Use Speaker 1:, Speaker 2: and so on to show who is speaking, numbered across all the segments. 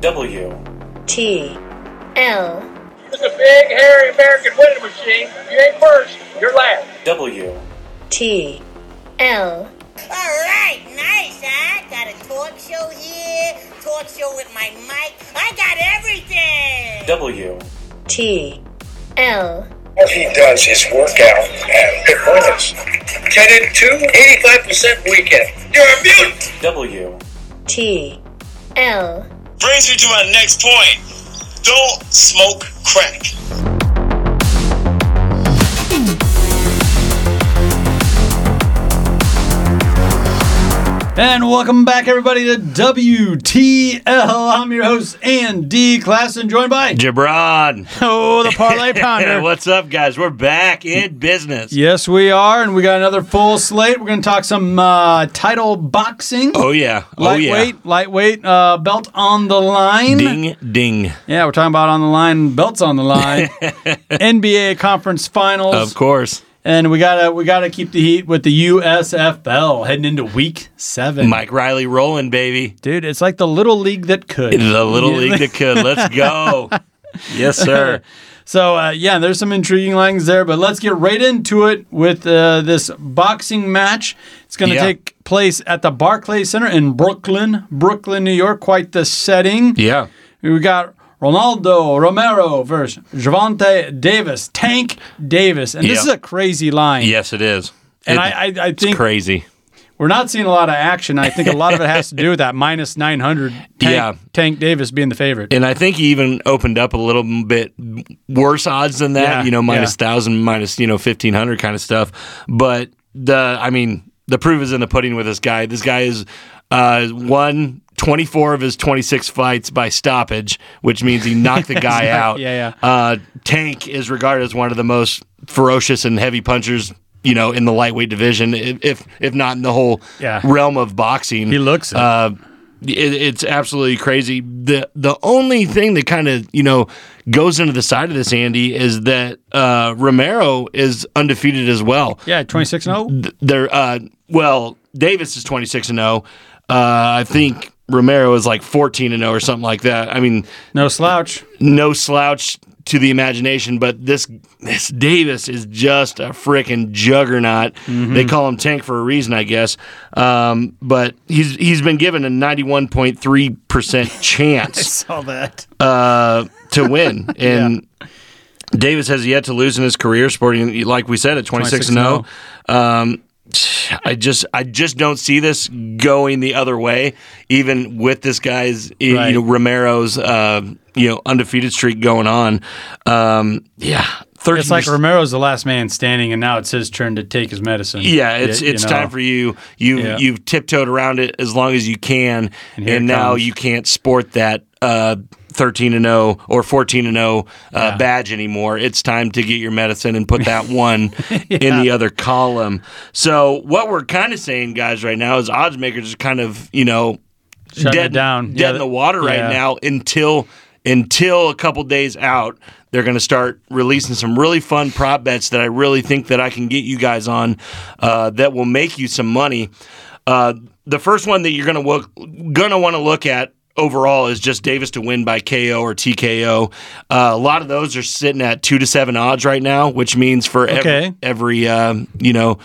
Speaker 1: W.
Speaker 2: T. L.
Speaker 3: It's a big, hairy American winning machine. If you ain't first, you're last.
Speaker 1: W.
Speaker 2: T. L.
Speaker 4: All right, nice, huh? Got a talk show here, talk show with my mic. I got everything.
Speaker 1: W.
Speaker 2: T. L.
Speaker 5: What he does is work out and performance. 10 and 2, 85% weekend. You're a mutant!
Speaker 1: W.
Speaker 2: T. L.
Speaker 6: brings me to my next point. Don't smoke crack.
Speaker 7: And welcome back, everybody, to WTL. I'm your host, Andy Klassen, joined by
Speaker 8: Jabron.
Speaker 7: Oh, the Parlay Pounder.
Speaker 8: What's up, guys? We're back in business.
Speaker 7: Yes, we are, and we got another full slate. We're going to talk some uh, title boxing.
Speaker 8: Oh, yeah. Oh, yeah.
Speaker 7: Lightweight, lightweight uh, belt on the line.
Speaker 8: Ding, ding.
Speaker 7: Yeah, we're talking about on the line, belts on the line. NBA conference finals,
Speaker 8: Of course.
Speaker 7: and we gotta we gotta keep the heat with the USFL heading into week seven.
Speaker 8: Mike Riley rolling, baby.
Speaker 7: Dude, it's like the little league that could.
Speaker 8: The little league that could. Let's go. yes, sir.
Speaker 7: So uh, yeah, there's some intriguing lines there, but let's get right into it with uh, this boxing match. It's going to
Speaker 8: Yeah.
Speaker 7: take place at the Barclay Center in Brooklyn, Brooklyn, New York. Quite the setting.
Speaker 8: Yeah.
Speaker 7: We got Ronaldo Romero versus Javante Davis, Tank Davis, and this
Speaker 8: Yeah.
Speaker 7: is a crazy line.
Speaker 8: Yes, it is.
Speaker 7: And
Speaker 8: It-
Speaker 7: I, I, I
Speaker 8: it's
Speaker 7: think
Speaker 8: crazy.
Speaker 7: we're not seeing a lot of action. I think a lot of it has to do with that minus 900 tank,
Speaker 8: Yeah.
Speaker 7: tank Davis being the favorite.
Speaker 8: And I think he even opened up a little bit worse odds than that,
Speaker 7: Yeah,
Speaker 8: you know, minus
Speaker 7: yeah.
Speaker 8: 1,000, minus, you know, 1,500 kind of stuff. But the, I mean, the proof is in the pudding with this guy. This guy is uh, won 24 of his 26 fights by stoppage, which means he knocked the guy out.
Speaker 7: yeah,
Speaker 8: yeah. Uh, Tank is regarded as one of the most ferocious and heavy punchers. You know, in the lightweight division, if if, if not in the whole
Speaker 7: Yeah.
Speaker 8: realm of boxing,
Speaker 7: He looks it.
Speaker 8: Uh, it, it's absolutely crazy. the The only thing that kind of you know goes into the side of this Andy is that uh, Romero is undefeated as well.
Speaker 7: yeah, oh. 26 0.
Speaker 8: Th- They're uh, well, Davis is twenty six and zero. Uh, I think Romero is like fourteen and zero or something like that. I mean,
Speaker 7: No slouch.
Speaker 8: no slouch to the imagination, but this this Davis is just a freaking juggernaut.
Speaker 7: Mm-hmm.
Speaker 8: They call him Tank for a reason, I guess. Um, but he's he's been given a ninety one point three percent chance
Speaker 7: Saw that.
Speaker 8: uh, to win, and Davis has yet to lose in his career, sporting like we said at twenty six and oh.
Speaker 7: 26
Speaker 8: zero. Um, I just I just don't see this going the other way, even with this guy's you
Speaker 7: Right.
Speaker 8: know, Romero's uh, you know undefeated streak going on. Um, yeah, thirty.
Speaker 7: It's like Romero's the last man standing, and now it's his turn to take his medicine.
Speaker 8: Yeah, it's it's time for you. You
Speaker 7: Yeah.
Speaker 8: you've tiptoed around it as long as you can, and,
Speaker 7: here it
Speaker 8: now
Speaker 7: comes.
Speaker 8: you can't sport that uh, thirteen and zero or fourteen and zero uh, badge anymore. It's time to get your medicine and put that one in the other column. So what we're kind of saying, guys, right now is odds makers are kind of you know
Speaker 7: Shutting
Speaker 8: dead
Speaker 7: it down.
Speaker 8: dead
Speaker 7: Yeah,
Speaker 8: in the water right
Speaker 7: yeah.
Speaker 8: now until until a couple days out. They're going to start releasing some really fun prop bets that I really think that I can get you guys on uh, that will make you some money. Uh, the first one that you're going to look going to want to look at overall is just Davis to win by KO or TKO. Uh, a lot of those are sitting at two to seven odds right now, which means for ev-
Speaker 7: Okay.
Speaker 8: every um, you know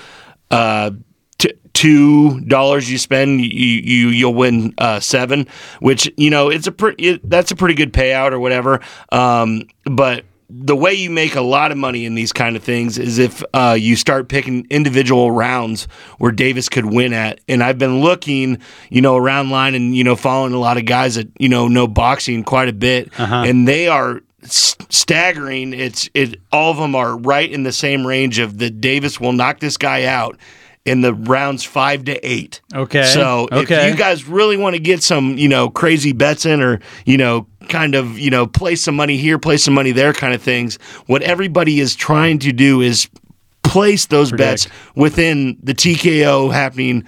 Speaker 8: uh, t- two dollars you spend, you, you you'll win uh, seven, which you know it's a pretty it, that's a pretty good payout or whatever. Um, but the way you make a lot of money in these kind of things is if uh, you start picking individual rounds where Davis could win at. And I've been looking, you know, around line and you know following a lot of guys that you know know boxing quite a bit, and they are s- staggering. It's it all of them are right in the same range of that Davis will knock this guy out in the rounds five to eight.
Speaker 7: Okay.
Speaker 8: So
Speaker 7: Okay.
Speaker 8: if you guys really want to get some, you know, crazy bets in or, you know, kind of, you know, play some money here, play some money there kind of things, what everybody is trying to do is place those
Speaker 7: Predict.
Speaker 8: bets within the TKO happening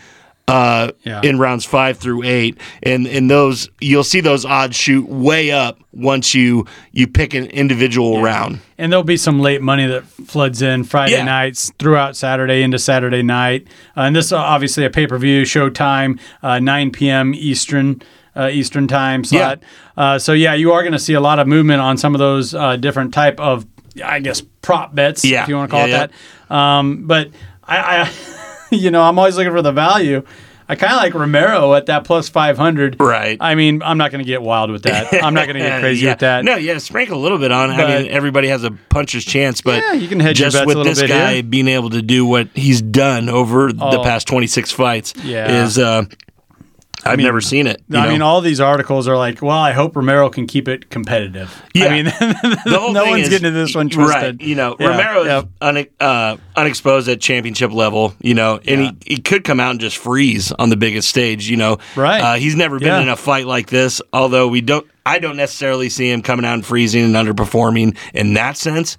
Speaker 8: uh,
Speaker 7: Yeah.
Speaker 8: in rounds five through eight, and and those you'll see those odds shoot way up once you you pick an individual round.
Speaker 7: And there'll be some late money that floods in Friday
Speaker 8: Yeah.
Speaker 7: nights throughout Saturday into Saturday night. Uh, and this is obviously a pay per view showtime, uh, 9 p.m. Eastern. Uh, Eastern time slot. Uh, so yeah, you are going to see a lot of movement on some of those uh, different type of, I guess, prop bets
Speaker 8: Yeah.
Speaker 7: if you want to call
Speaker 8: Yeah,
Speaker 7: it
Speaker 8: yeah.
Speaker 7: that. Um, but I, I, you know, I'm always looking for the value. I kind of like Romero at that plus 500.
Speaker 8: Right.
Speaker 7: I mean, I'm not going to get wild with that. I'm not going to get crazy
Speaker 8: yeah.
Speaker 7: with that.
Speaker 8: No, yeah, sprinkle a little bit on. I
Speaker 7: But-
Speaker 8: mean, everybody has a puncher's chance, but
Speaker 7: Yeah, you can hedge your
Speaker 8: just
Speaker 7: bets a
Speaker 8: with
Speaker 7: little
Speaker 8: this
Speaker 7: bit
Speaker 8: guy
Speaker 7: here.
Speaker 8: being able to do what he's done over the
Speaker 7: Oh.
Speaker 8: past 26 fights
Speaker 7: Yeah.
Speaker 8: is uh, I've never seen it. you
Speaker 7: I
Speaker 8: know?
Speaker 7: mean, all these articles are like, well, I hope Romero can keep it competitive.
Speaker 8: Yeah.
Speaker 7: I mean,
Speaker 8: the whole
Speaker 7: no
Speaker 8: thing
Speaker 7: one's
Speaker 8: is-
Speaker 7: getting this one twisted.
Speaker 8: Right, you know,
Speaker 7: Yeah,
Speaker 8: Romero is
Speaker 7: yep.
Speaker 8: un, uh, unexposed at championship level, you know, and he, he could come out and just freeze on the biggest stage, you know.
Speaker 7: Right.
Speaker 8: Uh, he's never been
Speaker 7: Yeah.
Speaker 8: in a fight like this, although we don't I don't necessarily see him coming out and freezing and underperforming in that sense.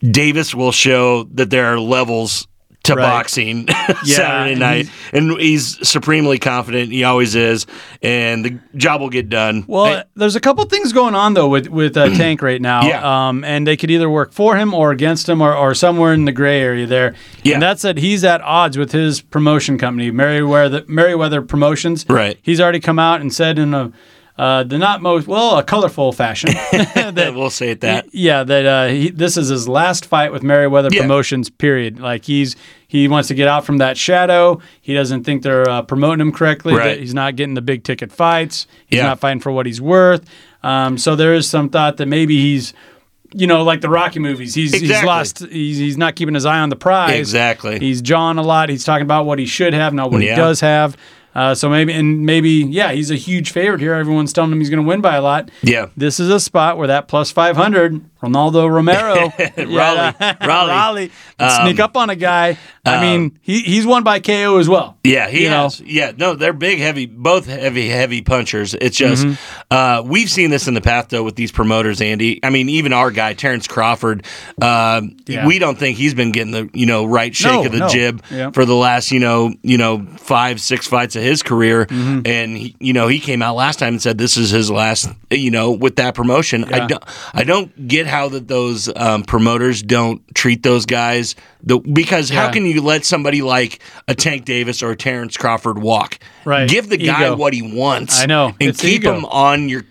Speaker 8: Davis will show that there are levels to
Speaker 7: Right.
Speaker 8: boxing
Speaker 7: Yeah,
Speaker 8: Saturday
Speaker 7: and
Speaker 8: night, and he's supremely confident. He always is, and the job will get done.
Speaker 7: Well,
Speaker 8: Hey,
Speaker 7: there's a couple things going on though with with uh, Tank right now,
Speaker 8: Yeah.
Speaker 7: um, and they could either work for him or against him, or, or somewhere in the gray area there.
Speaker 8: Yeah.
Speaker 7: and that's that he's at odds with his promotion company, Merriweather Merriweather Promotions.
Speaker 8: Right.
Speaker 7: he's already come out and said in a uh, the not most well a colorful fashion that
Speaker 8: we'll say it that.
Speaker 7: Yeah, that uh, he, this is his last fight with Meriwether
Speaker 8: Yeah.
Speaker 7: Promotions. Period. Like he's he wants to get out from that shadow. He doesn't think they're uh, promoting him correctly. that
Speaker 8: Right.
Speaker 7: he's not getting the big ticket fights. He's
Speaker 8: Yeah.
Speaker 7: not fighting for what he's worth. Um, so there is some thought that maybe he's, you know, like the Rocky movies. He's he's
Speaker 8: Exactly.
Speaker 7: lost. He's, he's not keeping his eye on the prize.
Speaker 8: Exactly.
Speaker 7: He's jawing a lot. He's talking about what he should have, not what
Speaker 8: Yeah.
Speaker 7: he does have. Uh, so maybe and maybe yeah, he's a huge favorite here. Everyone's telling him he's going to win by a lot
Speaker 8: Yeah.
Speaker 7: this is a spot where that plus 500 Ronaldo Romero
Speaker 8: Raleigh. Raleigh. Um,
Speaker 7: Raleigh can sneak up on a guy I mean he, he's won by KO as well
Speaker 8: Yeah, he
Speaker 7: You know?
Speaker 8: has. Yeah, no, they're big, heavy, both heavy, heavy punchers. It's just
Speaker 7: Mm-hmm.
Speaker 8: uh, we've seen this in the past though with these promoters, Andy. I mean, even our guy Terrence Crawford, uh,
Speaker 7: Yeah.
Speaker 8: we don't think he's been getting the you know right shake
Speaker 7: No,
Speaker 8: of the
Speaker 7: no.
Speaker 8: jib
Speaker 7: Yeah.
Speaker 8: for the last you know you know five six fights of his career,
Speaker 7: Mm-hmm.
Speaker 8: and he, you know he came out last time and said this is his last you know with that promotion. I
Speaker 7: Yeah.
Speaker 8: don't I don't get how that those um, promoters don't treat those guys the because how
Speaker 7: Yeah.
Speaker 8: can you let somebody like a Tank Davis or a Terrence Crawford walk?
Speaker 7: Right.
Speaker 8: Give the guy
Speaker 7: Ego.
Speaker 8: what he wants.
Speaker 7: I know.
Speaker 8: and
Speaker 7: It's
Speaker 8: keep
Speaker 7: ego.
Speaker 8: him on your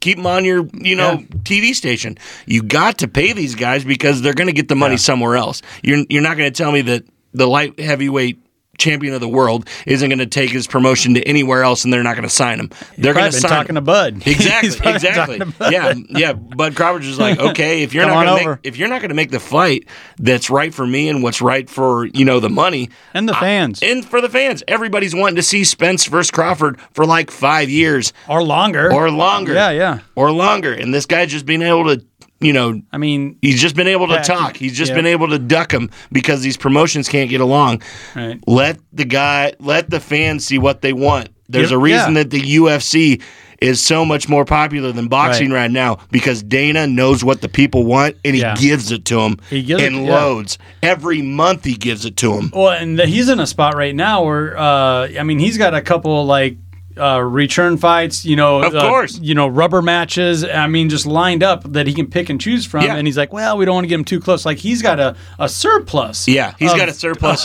Speaker 8: keep him on your you know
Speaker 7: Yeah.
Speaker 8: TV station. You got to pay these guys because they're going to get the money somewhere else. You're you're not going to tell me that the light heavyweight champion of the world isn't going to take his promotion to anywhere else and they're not going to sign him. They're
Speaker 7: probably
Speaker 8: going to
Speaker 7: been
Speaker 8: sign
Speaker 7: talking
Speaker 8: him.
Speaker 7: to Bud He's
Speaker 8: Exactly.
Speaker 7: probably been
Speaker 8: Exactly.
Speaker 7: talking to Bud.
Speaker 8: Yeah. Yeah. Bud Crawford's just like, okay, if you're
Speaker 7: Come
Speaker 8: not
Speaker 7: on
Speaker 8: gonna make,
Speaker 7: over.
Speaker 8: if you're not gonna make the fight that's right for me and what's right for, you know, the money,
Speaker 7: and the fans
Speaker 8: and for the fans, everybody's wanting to see Spence versus Crawford for like five years
Speaker 7: or longer
Speaker 8: or longer.
Speaker 7: yeah yeah
Speaker 8: Or longer. And this guy's just being able to, you know,
Speaker 7: I mean
Speaker 8: he's just been able to
Speaker 7: Yeah,
Speaker 8: talk. He's just
Speaker 7: yeah.
Speaker 8: been able to duck him because these promotions can't get along.
Speaker 7: Right.
Speaker 8: Let the guy, let the fans see what they want. There's
Speaker 7: Yep,
Speaker 8: a reason
Speaker 7: yeah.
Speaker 8: that the UFC is so much more popular than boxing right,
Speaker 7: Right.
Speaker 8: now because Dana knows what the people want and he
Speaker 7: Yeah.
Speaker 8: gives it to them
Speaker 7: He gives it-
Speaker 8: in
Speaker 7: yeah.
Speaker 8: loads. Every month he gives it to them.
Speaker 7: well and the, he's in a spot right now where uh, I mean he's got a couple like uh, return fights, you know,
Speaker 8: Of
Speaker 7: uh,
Speaker 8: course.
Speaker 7: you know, rubber matches. I mean, just lined up that he can pick and choose from.
Speaker 8: Yeah.
Speaker 7: And he's like, well, we don't want to get him too close. Like he's got a, a surplus.
Speaker 8: Yeah, he's
Speaker 7: he's
Speaker 8: got a surplus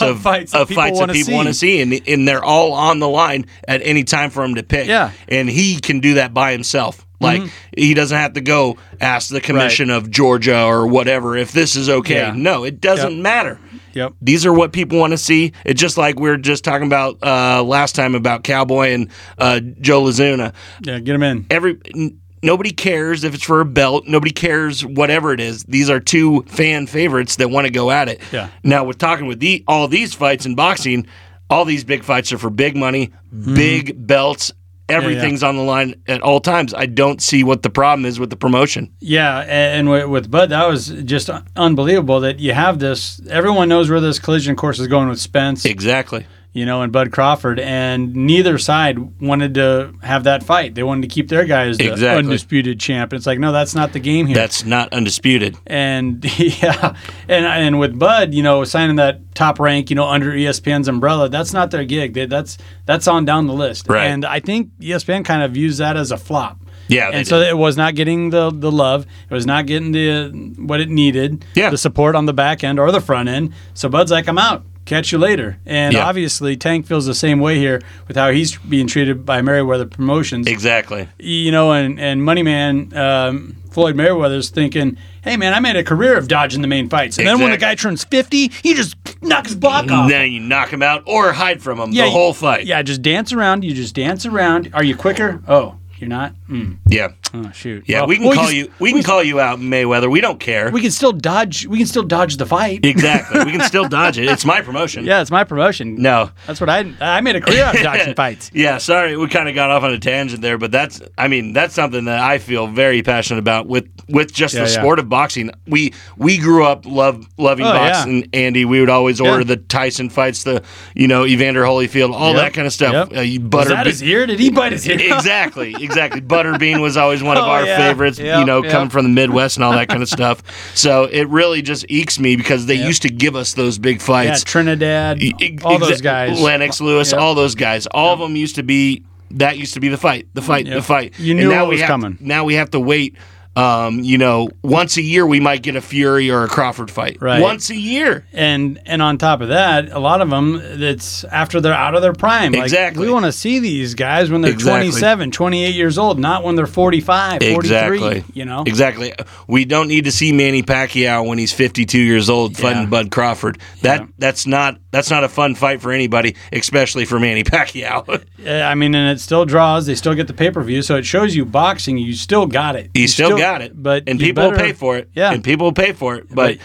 Speaker 8: of,
Speaker 7: fights
Speaker 8: of
Speaker 7: that people
Speaker 8: fights that
Speaker 7: wanna
Speaker 8: people want to see, and, and they're all on the line at any time for him to pick.
Speaker 7: Yeah. Mm-hmm.
Speaker 8: and he can do that by himself. Like he doesn't have to go ask the commission of Georgia or whatever if this is okay.
Speaker 7: Yeah.
Speaker 8: No, it doesn't
Speaker 7: Yep.
Speaker 8: matter.
Speaker 7: Yep.
Speaker 8: These are what people want to see. It's just like we were just talking about uh, last time about Cowboy and uh, Joe Lazuna
Speaker 7: Yeah, get him in.
Speaker 8: every n- nobody cares if it's for a belt nobody cares whatever it is these are two fan favorites that want to go at it
Speaker 7: Yeah.
Speaker 8: now we're talking with the, all these fights in boxing all these big fights are for big money
Speaker 7: Hmm.
Speaker 8: big belts everything's on the line at all times i don't see what the problem is with the promotion
Speaker 7: Yeah, a- and wi- with Bud, that was just un- unbelievable that you have this. Everyone knows where this collision course is going with Spence.
Speaker 8: exactly
Speaker 7: you know, and Bud Crawford, and neither side wanted to have that fight. They wanted to keep their guys the
Speaker 8: Exactly.
Speaker 7: undisputed champ. It's like, no, that's not the game here.
Speaker 8: That's not undisputed.
Speaker 7: and yeah, and and with Bud, you know, signing that top rank, you know, under E ESPN's umbrella, that's not their gig. They, that's that's on down the list.
Speaker 8: Right.
Speaker 7: And I think E ESPN kind of views that as a flop.
Speaker 8: Yeah, they
Speaker 7: and so
Speaker 8: did.
Speaker 7: it was not getting the the love. It was not getting the what it needed.
Speaker 8: Yeah.
Speaker 7: the support on the back end or the front end. So Bud's like, I'm out. Catch you later. And
Speaker 8: Yeah.
Speaker 7: obviously, Tank feels the same way here with how he's being treated by Meriwether Promotions
Speaker 8: Exactly.
Speaker 7: you know, and and Money Man um, Floyd Mayweather's thinking, "Hey, man, I made a career of dodging the main fights, and then when the guy
Speaker 8: Exactly.
Speaker 7: turns fifty, he just knocks his block off."
Speaker 8: Now you knock him out or hide from him the whole fight.
Speaker 7: Yeah, just dance around. You just dance around. Are you quicker? Oh, you're not. Mm.
Speaker 8: Yeah.
Speaker 7: Oh, shoot.
Speaker 8: Yeah,
Speaker 7: Well,
Speaker 8: we can
Speaker 7: well,
Speaker 8: call
Speaker 7: s-
Speaker 8: you. We can call you out, Mayweather. We don't care.
Speaker 7: We can still dodge. We can still dodge the fight.
Speaker 8: exactly. We can still dodge it. It's my promotion.
Speaker 7: Yeah, it's my promotion.
Speaker 8: No.
Speaker 7: that's what I. I made a career out of dodging fights.
Speaker 8: Yeah. Sorry, we kind of got off on a tangent there, but that's. I mean, that's something that I feel very passionate about with with just
Speaker 7: Yeah,
Speaker 8: the
Speaker 7: yeah.
Speaker 8: sport of boxing. We we grew up love loving
Speaker 7: Oh, yeah.
Speaker 8: boxing, Andy. We would always order the Tyson fights, the you know Evander Holyfield, all
Speaker 7: Yep.
Speaker 8: that kind of stuff.
Speaker 7: Yep.
Speaker 8: Uh, you
Speaker 7: Was
Speaker 8: butter.
Speaker 7: that
Speaker 8: be-
Speaker 7: his ear? Did he bite his ear?
Speaker 8: exactly, exactly. Butterbean was always one of
Speaker 7: Oh,
Speaker 8: our
Speaker 7: yeah.
Speaker 8: favorites,
Speaker 7: Yep,
Speaker 8: you know,
Speaker 7: yep.
Speaker 8: coming from the Midwest and all that kind of stuff. So it really just ekes me because they used to give us those big
Speaker 7: yeah,
Speaker 8: fights.
Speaker 7: Trinidad.
Speaker 8: E-
Speaker 7: All those
Speaker 8: exa-
Speaker 7: guys.
Speaker 8: Lennox Lewis,
Speaker 7: Yep.
Speaker 8: all those guys, all of them used to be that used to be the fight, the fight, the
Speaker 7: Yep.
Speaker 8: fight.
Speaker 7: You
Speaker 8: And
Speaker 7: knew
Speaker 8: now
Speaker 7: what
Speaker 8: we
Speaker 7: was
Speaker 8: have-
Speaker 7: coming.
Speaker 8: Now we have to wait. Um, you know, once a year we might get a Fury or a Crawford fight.
Speaker 7: Right.
Speaker 8: Once a year.
Speaker 7: and and on top of that, a lot of them it's after they're out of their prime. Like,
Speaker 8: Exactly.
Speaker 7: we want to see these guys when they're
Speaker 8: Exactly.
Speaker 7: 27, 28 years old, not when they're 45, 43, you know.
Speaker 8: exactly. We don't need to see Manny Pacquiao when he's 52 years old fighting
Speaker 7: Yeah.
Speaker 8: Bud Crawford. That that's not that's not a fun fight for anybody, especially for Manny Pacquiao.
Speaker 7: Uh, I mean, and it still draws, they still get the pay-per-view, so it shows you boxing, you still got it.
Speaker 8: you
Speaker 7: You
Speaker 8: still, got it,
Speaker 7: But
Speaker 8: and
Speaker 7: you
Speaker 8: people will
Speaker 7: better-
Speaker 8: pay for it.
Speaker 7: Yeah.
Speaker 8: and people will pay for it, but
Speaker 7: Right.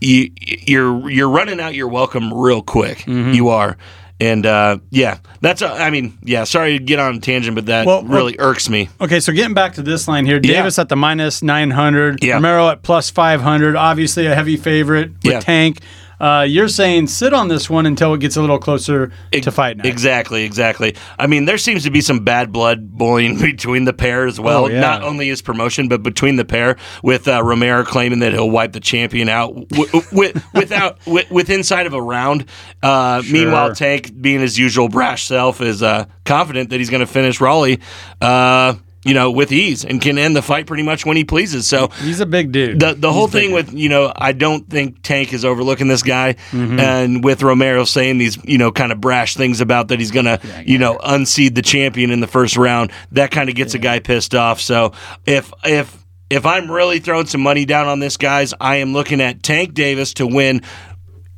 Speaker 8: you you're you're running out your welcome real quick.
Speaker 7: Mm-hmm.
Speaker 8: You are. And uh, yeah, that's. A, I mean, yeah. Sorry to get on a tangent, but that
Speaker 7: Well,
Speaker 8: really irks me.
Speaker 7: Okay, so getting back to this line here,
Speaker 8: Yeah.
Speaker 7: Davis at the minus 900,
Speaker 8: Yeah.
Speaker 7: Romero at plus 500, obviously a heavy favorite with
Speaker 8: Yeah.
Speaker 7: Tank. Uh, you're saying sit on this one until it gets a little closer to fight night.
Speaker 8: Exactly, exactly. I mean, there seems to be some bad blood boiling between the pair as well.
Speaker 7: Oh, yeah.
Speaker 8: Not only his promotion, but between the pair, with uh, Romero claiming that he'll wipe the champion out w- w- without w- with inside of a round. Uh, Meanwhile, Tank, being his usual brash self, is uh, confident that he's going to finish Raleigh. Uh, you know, with ease and can end the fight pretty much when he pleases. So
Speaker 7: He's a big dude.
Speaker 8: the the whole thing with you know I don't think Tank is overlooking this guy,
Speaker 7: Mm-hmm.
Speaker 8: and with Romero saying these you know kind of brash things about that he's gonna you know unseed the champion in the first round that kind of gets a guy pissed off. So if if if I'm really throwing some money down on this, guys, I am looking at Tank Davis to win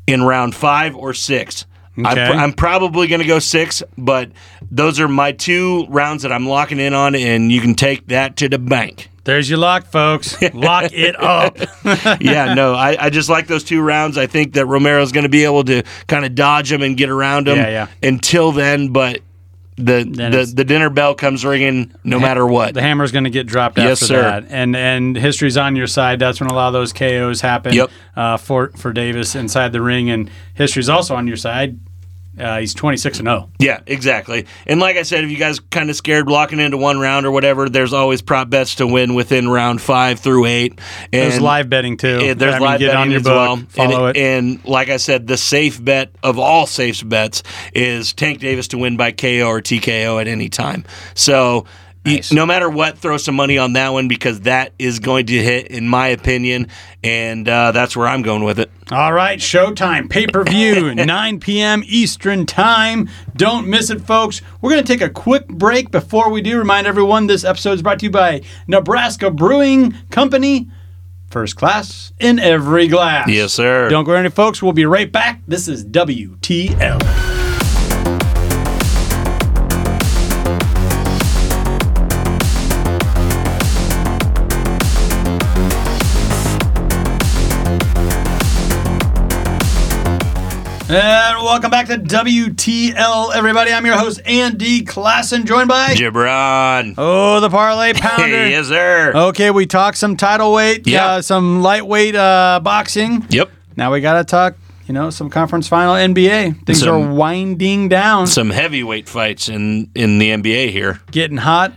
Speaker 8: in round five or six. I'm,
Speaker 7: Okay.
Speaker 8: pr- I'm probably going to go six, but those are my two rounds that I'm locking in on, and you can take that to the bank.
Speaker 7: There's your lock, folks. Lock it up.
Speaker 8: yeah, no, I, I just like those two rounds. I think that Romero's going to be able to kind of dodge him and get around him
Speaker 7: Yeah, yeah.
Speaker 8: until then, but the the,
Speaker 7: it's-
Speaker 8: the dinner bell comes ringing no matter what.
Speaker 7: The hammer's going to get dropped
Speaker 8: Yes,
Speaker 7: after
Speaker 8: sir.
Speaker 7: that, and and history's on your side. That's when a lot of those KOs happen.
Speaker 8: Yep.
Speaker 7: Uh, for for Davis inside the ring, and history's also on your side. Uh, he's 26 and 0.
Speaker 8: Yeah, exactly. And like I said, if you guys kind of scared locking into one round or whatever, there's always prop bets to win within round five through eight. And
Speaker 7: There's live betting too.
Speaker 8: Yeah, there's
Speaker 7: Oh, I mean,
Speaker 8: live
Speaker 7: get
Speaker 8: betting
Speaker 7: on your
Speaker 8: as
Speaker 7: book,
Speaker 8: well.
Speaker 7: follow
Speaker 8: and,
Speaker 7: it.
Speaker 8: And like I said, the safe bet of all safe bets is Tank Davis to win by KO or TKO at any time. So. y-
Speaker 7: Nice.
Speaker 8: No matter what, throw some money on that one because that is going to hit, in my opinion, and uh, that's where I'm going with it.
Speaker 7: All right, showtime, pay per view, 9 p.m. Eastern Time. Don't miss it, folks. We're going to take a quick break before we do. Remind everyone this episode is brought to you by Nebraska Brewing Company, first class in every glass.
Speaker 8: Yes, sir.
Speaker 7: Don't go any folks. We'll be right back. This is WTL. And welcome back to WTL, everybody. I'm your host, Andy Klassen, joined by
Speaker 8: Gibran.
Speaker 7: Oh, the Parlay Pounder. Oh.
Speaker 8: yes, sir.
Speaker 7: Okay, we talked some title weight,
Speaker 8: Yeah.
Speaker 7: uh, some lightweight uh, boxing.
Speaker 8: Yep.
Speaker 7: Now we got to talk you know, some conference final NBA. Things
Speaker 8: Some-
Speaker 7: are winding down,
Speaker 8: Some heavyweight fights in in the NBA here.
Speaker 7: getting hot,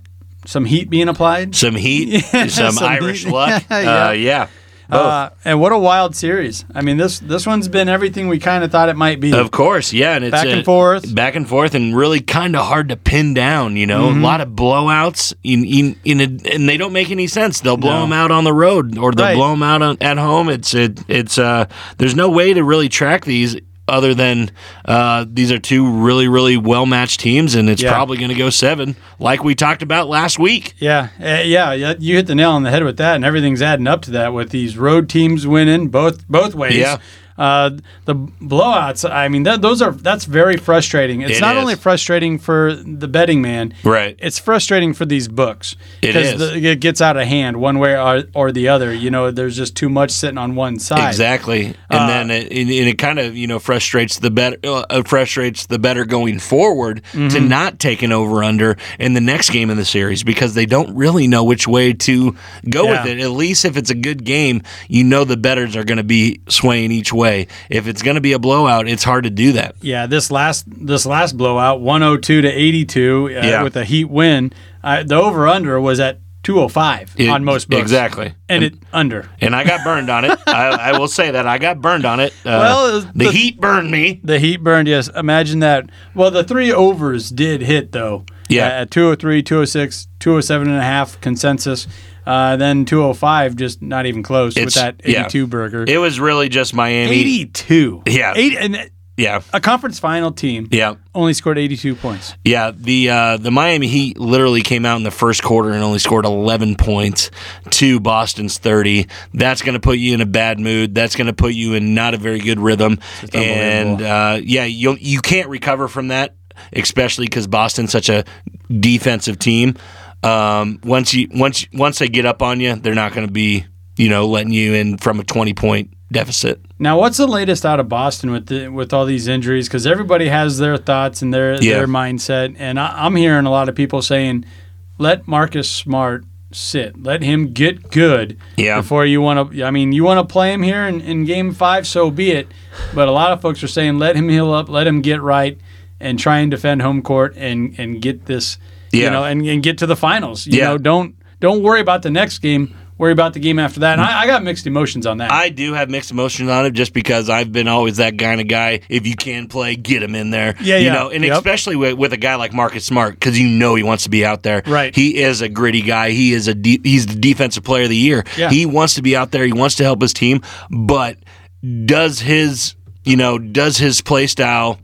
Speaker 7: some heat being applied.
Speaker 8: Some heat, some,
Speaker 7: some
Speaker 8: Irish
Speaker 7: heat.
Speaker 8: luck.
Speaker 7: Yeah.
Speaker 8: Uh, yeah. Both.
Speaker 7: Uh, and what a wild series! I mean this this one's been everything we kind of thought it might be.
Speaker 8: Of course, yeah, and it's
Speaker 7: Back and
Speaker 8: uh,
Speaker 7: forth.
Speaker 8: back and forth, and really kind of hard to pin down. You know,
Speaker 7: Mm-hmm.
Speaker 8: a lot of blowouts, in, in, in a, and they don't make any sense. They'll blow
Speaker 7: No.
Speaker 8: them out on the road, or they'll
Speaker 7: Right.
Speaker 8: blow them out on, at home. It's it, it's uh, there's no way to really track these other than uh, these are two really really well matched teams, and it's
Speaker 7: Yeah.
Speaker 8: probably going to go seven, like we talked about last week.
Speaker 7: Yeah, eh, yeah, yeah, you hit the nail on the head with that, and everything's adding up to that with these road teams winning both both ways.
Speaker 8: Yeah.
Speaker 7: Uh, the blowouts. I mean, that, those are that's very frustrating. It's
Speaker 8: It
Speaker 7: not
Speaker 8: is.
Speaker 7: only frustrating for the betting man,
Speaker 8: Right.
Speaker 7: It's frustrating for these books
Speaker 8: It is.
Speaker 7: the- it gets out of hand one way or, or the other. You know, there's just too much sitting on one side.
Speaker 8: Exactly, and
Speaker 7: Uh,
Speaker 8: then it, and and it kind of you know frustrates the better uh, uh, frustrates the better going forward to
Speaker 7: Mm-hmm.
Speaker 8: not take an over under in the next game in the series because they don't really know which way to go
Speaker 7: Yeah.
Speaker 8: with it. At least if it's a good game, you know the betters are going to be swaying each way. If it's going to be a blowout, it's hard to do that.
Speaker 7: Yeah, this last this last blowout, 102 to 82, uh,
Speaker 8: Yeah.
Speaker 7: with a heat win. Uh, the over under was at 205
Speaker 8: It-
Speaker 7: on most books.
Speaker 8: exactly.
Speaker 7: And it under.
Speaker 8: And I got burned on it. I, I will say that I got burned on it. Uh,
Speaker 7: Well, it was
Speaker 8: the,
Speaker 7: the-
Speaker 8: heat burned me.
Speaker 7: The heat burned, yes. Imagine that. Well, the three overs did hit, though.
Speaker 8: Yeah.
Speaker 7: Uh, At 203, 206, 207 and a half consensus. Uh, then 205, just not even close with
Speaker 8: It's-
Speaker 7: that
Speaker 8: yeah.
Speaker 7: 82 burger.
Speaker 8: It was really just Miami.
Speaker 7: 82.
Speaker 8: Yeah.
Speaker 7: Eight, and
Speaker 8: Yeah.
Speaker 7: a conference final team
Speaker 8: Yeah.
Speaker 7: only scored 82 points.
Speaker 8: Yeah, the uh, the Miami Heat literally came out in the first quarter and only scored 11 points to Boston's 30. That's going to put you in a bad mood. That's going to put you in not a very good rhythm. And uh, yeah, you you can't recover from that, especially because Boston's such a defensive team. Um, once you once once they get up on you, they're not going to be you know letting you in from a 20 point deficit.
Speaker 7: Now, what's the latest out of Boston with the, with all these injuries? Because everybody has their thoughts and their
Speaker 8: Yeah.
Speaker 7: their mindset, and I, I'm hearing a lot of people saying, "Let Marcus Smart sit. Let him get good
Speaker 8: Yeah.
Speaker 7: before you want to. I mean, you want to play him here in, in Game Five, so be it. But a lot of folks are saying, let him heal up, let him get right, and try and defend home court and and get this, you
Speaker 8: Yeah.
Speaker 7: know, and, and get to the finals. You
Speaker 8: Yeah.
Speaker 7: know, don't don't worry about the next game. Worry about the game after that. And I, I got mixed emotions on that.
Speaker 8: I do have mixed emotions on it just because I've been always that kind of guy. If you can play, get him in there.
Speaker 7: Yeah,
Speaker 8: you
Speaker 7: yeah.
Speaker 8: know, and
Speaker 7: Yep.
Speaker 8: especially with, with a guy like Marcus Smart because you know he wants to be out there.
Speaker 7: Right.
Speaker 8: He is a gritty guy. He is a de- he's the defensive player of the year.
Speaker 7: Yeah.
Speaker 8: He wants to be out there. He wants to help his team, but does his you know does his play style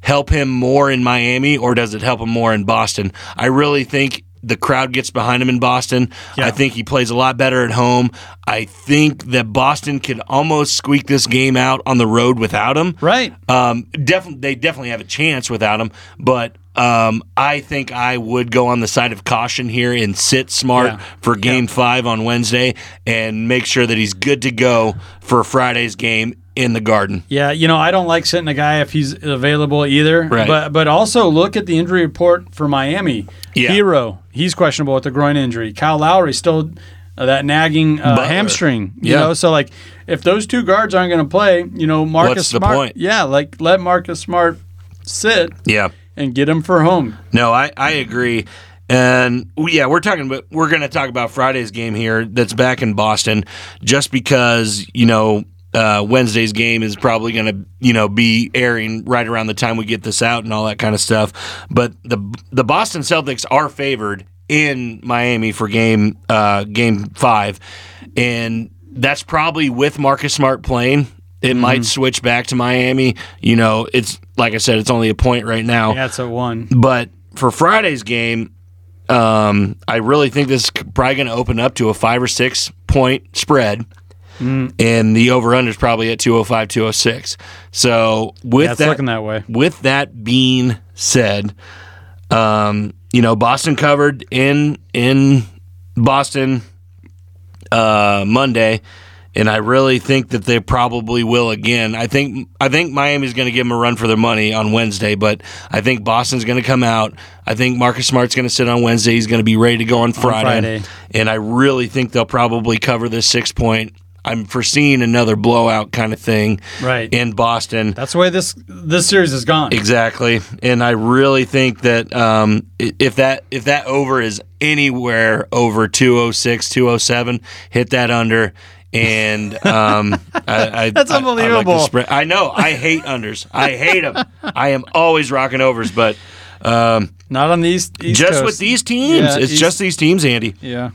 Speaker 8: help him more in Miami or does it help him more in Boston? I really think the crowd gets behind him in Boston.
Speaker 7: Yeah.
Speaker 8: I think he plays a lot better at home. I think that Boston could almost squeak this game out on the road without him.
Speaker 7: right.
Speaker 8: Um, definitely, they definitely have a chance without him, but. Um, I think I would go on the side of caution here and sit smart
Speaker 7: Yeah.
Speaker 8: for game five on Wednesday and make sure that he's good to go for Friday's game in the garden.
Speaker 7: Yeah, you know, I don't like sitting a guy if he's available either.
Speaker 8: Right.
Speaker 7: But but also look at the injury report for Miami.
Speaker 8: Yeah.
Speaker 7: Hero, he's questionable with a groin injury. Kyle Lowry still uh, that nagging uh,
Speaker 8: Butler.
Speaker 7: hamstring. You
Speaker 8: Yeah.
Speaker 7: know, so like if those two guards aren't going to play, you know, Marcus
Speaker 8: What's the
Speaker 7: Smart.
Speaker 8: point?
Speaker 7: Yeah, like let Marcus Smart sit
Speaker 8: Yeah.
Speaker 7: and get him for home.
Speaker 8: No, I, I agree. And yeah, we're talking about we're going to talk about Friday's game here that's back in Boston just because, you know, uh, Wednesday's game is probably going to, you know, be airing right around the time we get this out and all that kind of stuff. But the the Boston Celtics are favored in Miami for game uh, game 5 and that's probably with Marcus Smart playing. It might switch back to Miami. You know, it's like I said, it's only a point right now.
Speaker 7: That's a one.
Speaker 8: But for Friday's game, um, I really think this is probably going to open up to a five or six point spread. And the over under is probably at 205, 206. So with
Speaker 7: That's
Speaker 8: that,
Speaker 7: looking that way.
Speaker 8: with that being said, um, you know Boston covered in in Boston uh, Monday, and I really think that they probably will again. I think I think Miami's going to give them a run for their money on Wednesday, but I think Boston's going to come out. I think Marcus Smart's going to sit on Wednesday. He's going to be ready to go on Friday,
Speaker 7: Friday.
Speaker 8: and I really think they'll probably cover this six point. I'm foreseeing another blowout kind of thing
Speaker 7: Right.
Speaker 8: in Boston.
Speaker 7: That's the way this this series has gone.
Speaker 8: Exactly, and I really think that um, i- if that if that over is anywhere over 206, 207, hit that under, and um, I, I,
Speaker 7: That's
Speaker 8: I- I like the
Speaker 7: unbelievable.
Speaker 8: spread. I know. I hate unders. I hate them. I am always rocking overs, but um,
Speaker 7: Not on the East, East
Speaker 8: just
Speaker 7: Coast.
Speaker 8: with these teams,
Speaker 7: Yeah,
Speaker 8: it's
Speaker 7: East-
Speaker 8: just these teams, Andy.
Speaker 7: Yeah.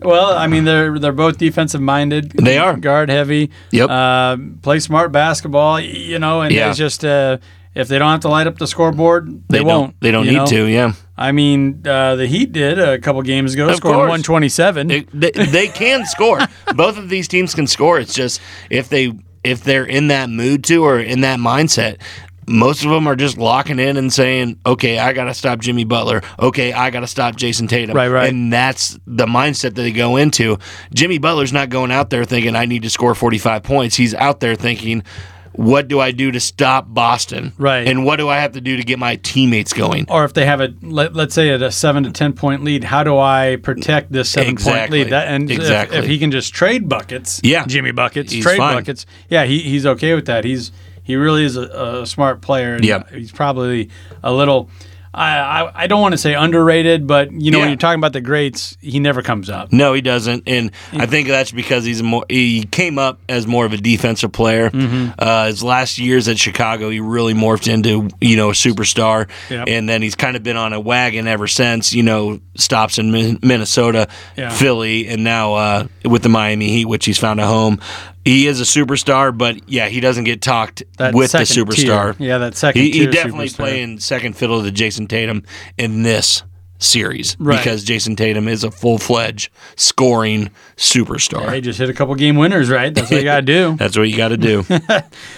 Speaker 7: Well, I mean, they're they're both defensive minded.
Speaker 8: They are.
Speaker 7: guard heavy.
Speaker 8: Yep.
Speaker 7: Uh, play smart basketball. y- You know, and
Speaker 8: Yeah.
Speaker 7: it's just uh, if they don't have to light up the scoreboard, they,
Speaker 8: They,
Speaker 7: won't.
Speaker 8: Don't, they don't
Speaker 7: you
Speaker 8: need
Speaker 7: know?
Speaker 8: to. Yeah,
Speaker 7: I mean, uh, the Heat did a couple games ago,
Speaker 8: Of
Speaker 7: scoring
Speaker 8: course.
Speaker 7: one twenty seven.
Speaker 8: They- they, they can score. Both of these teams can score. It's just if they if they're in that mood to or in that mindset. Most of them are just locking in and saying, "Okay, I got to stop Jimmy Butler. Okay, I got to stop Jason Tatum."
Speaker 7: Right, right.
Speaker 8: And that's the mindset that they go into. Jimmy Butler's not going out there thinking, "I need to score 45 points." He's out there thinking, "What do I do to stop Boston?
Speaker 7: Right.
Speaker 8: And what do I have to do to get my teammates going?"
Speaker 7: Or if they have a let, let's say at a seven to ten point lead, how do I protect this seven point
Speaker 8: Exactly.
Speaker 7: lead? That and if-
Speaker 8: Exactly.
Speaker 7: if, he can just trade buckets,
Speaker 8: Yeah.
Speaker 7: Jimmy buckets,
Speaker 8: He's
Speaker 7: trade
Speaker 8: fine.
Speaker 7: buckets, yeah, he, he's okay with that. He's he really is a, a smart player. and
Speaker 8: Yep.
Speaker 7: he's probably a little. I, I, I don't want to say underrated, but you know when
Speaker 8: Yeah.
Speaker 7: you're talking about the greats, he never comes up.
Speaker 8: No, he doesn't, and I think that's because he's a more. He came up as more of a defensive player.
Speaker 7: Mm-hmm.
Speaker 8: Uh, his last years at Chicago, he really morphed into you know a superstar,
Speaker 7: Yep.
Speaker 8: and then he's kind of been on a wagon ever since. You know, stops in Min- Minnesota,
Speaker 7: Yeah.
Speaker 8: Philly, and now uh, with the Miami Heat, which he's found a home. He is a superstar, but yeah, he doesn't get talked
Speaker 7: That
Speaker 8: with the
Speaker 7: second
Speaker 8: superstar.
Speaker 7: tier. Yeah, that second
Speaker 8: He, he
Speaker 7: tier
Speaker 8: definitely
Speaker 7: superstar.
Speaker 8: playing second fiddle to Jason Tatum in this series
Speaker 7: Right.
Speaker 8: because Jason Tatum is a full fledged scoring superstar.
Speaker 7: Hey, just hit a couple game winners, right? That's what you gotta do.
Speaker 8: That's what you got to do.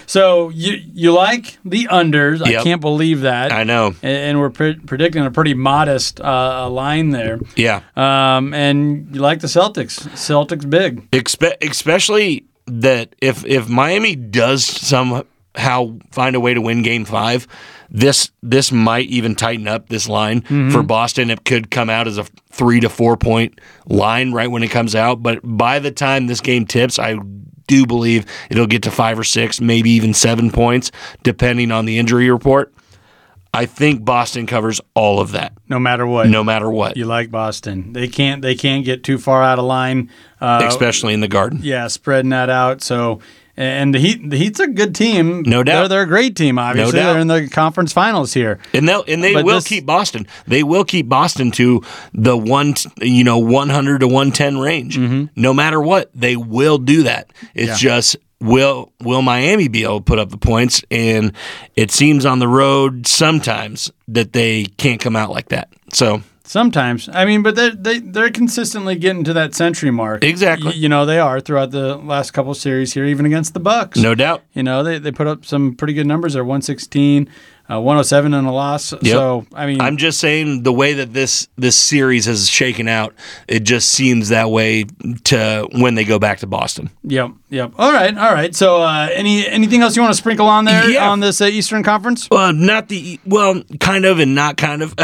Speaker 7: So you you like the unders? I
Speaker 8: Yep.
Speaker 7: can't believe that.
Speaker 8: I know.
Speaker 7: and, and we're pre- predicting a pretty modest uh, line there.
Speaker 8: Yeah.
Speaker 7: Um, and you like the Celtics? Celtics big.
Speaker 8: Expe- especially that if if Miami does somehow find a way to win Game Five, this this might even tighten up this line for Boston. It could come out as a three to four point line right when it comes out, but by the time this game tips, I do believe it'll get to five or six, maybe even seven points, depending on the injury report. I think Boston covers all of that,
Speaker 7: No matter what,
Speaker 8: no matter what,
Speaker 7: you like Boston. They can't they can't get too far out of line. Uh,
Speaker 8: especially in the Garden.
Speaker 7: yeah, spreading that out. So. And the Heat, the Heat's a good team.
Speaker 8: No doubt.
Speaker 7: they're, they're a great team. Obviously,
Speaker 8: doubt.
Speaker 7: they're in the conference finals here.
Speaker 8: And they'll and they
Speaker 7: But
Speaker 8: will
Speaker 7: this-
Speaker 8: keep Boston. They will keep Boston to the one you know one hundred to one ten range.
Speaker 7: Mm-hmm.
Speaker 8: No matter what, they will do that. It's just will will Miami be able to put up the points? And it seems on the road sometimes that they can't come out like that. So
Speaker 7: Sometimes, I mean, but they they they're consistently getting to that century mark.
Speaker 8: Exactly.
Speaker 7: Y- you know they are throughout the last couple series here, even against the Bucks.
Speaker 8: no doubt.
Speaker 7: You know, they, they put up some pretty good numbers there 116, uh, 107 in a loss. So, I mean,
Speaker 8: I'm just saying the way that this this series has shaken out, it just seems that way to when they go back to Boston.
Speaker 7: yep, yep. All right, all right. So, uh, any anything else you want to sprinkle on there
Speaker 8: Yeah.
Speaker 7: on this uh, Eastern Conference?
Speaker 8: Well, not the well, kind of and not kind of.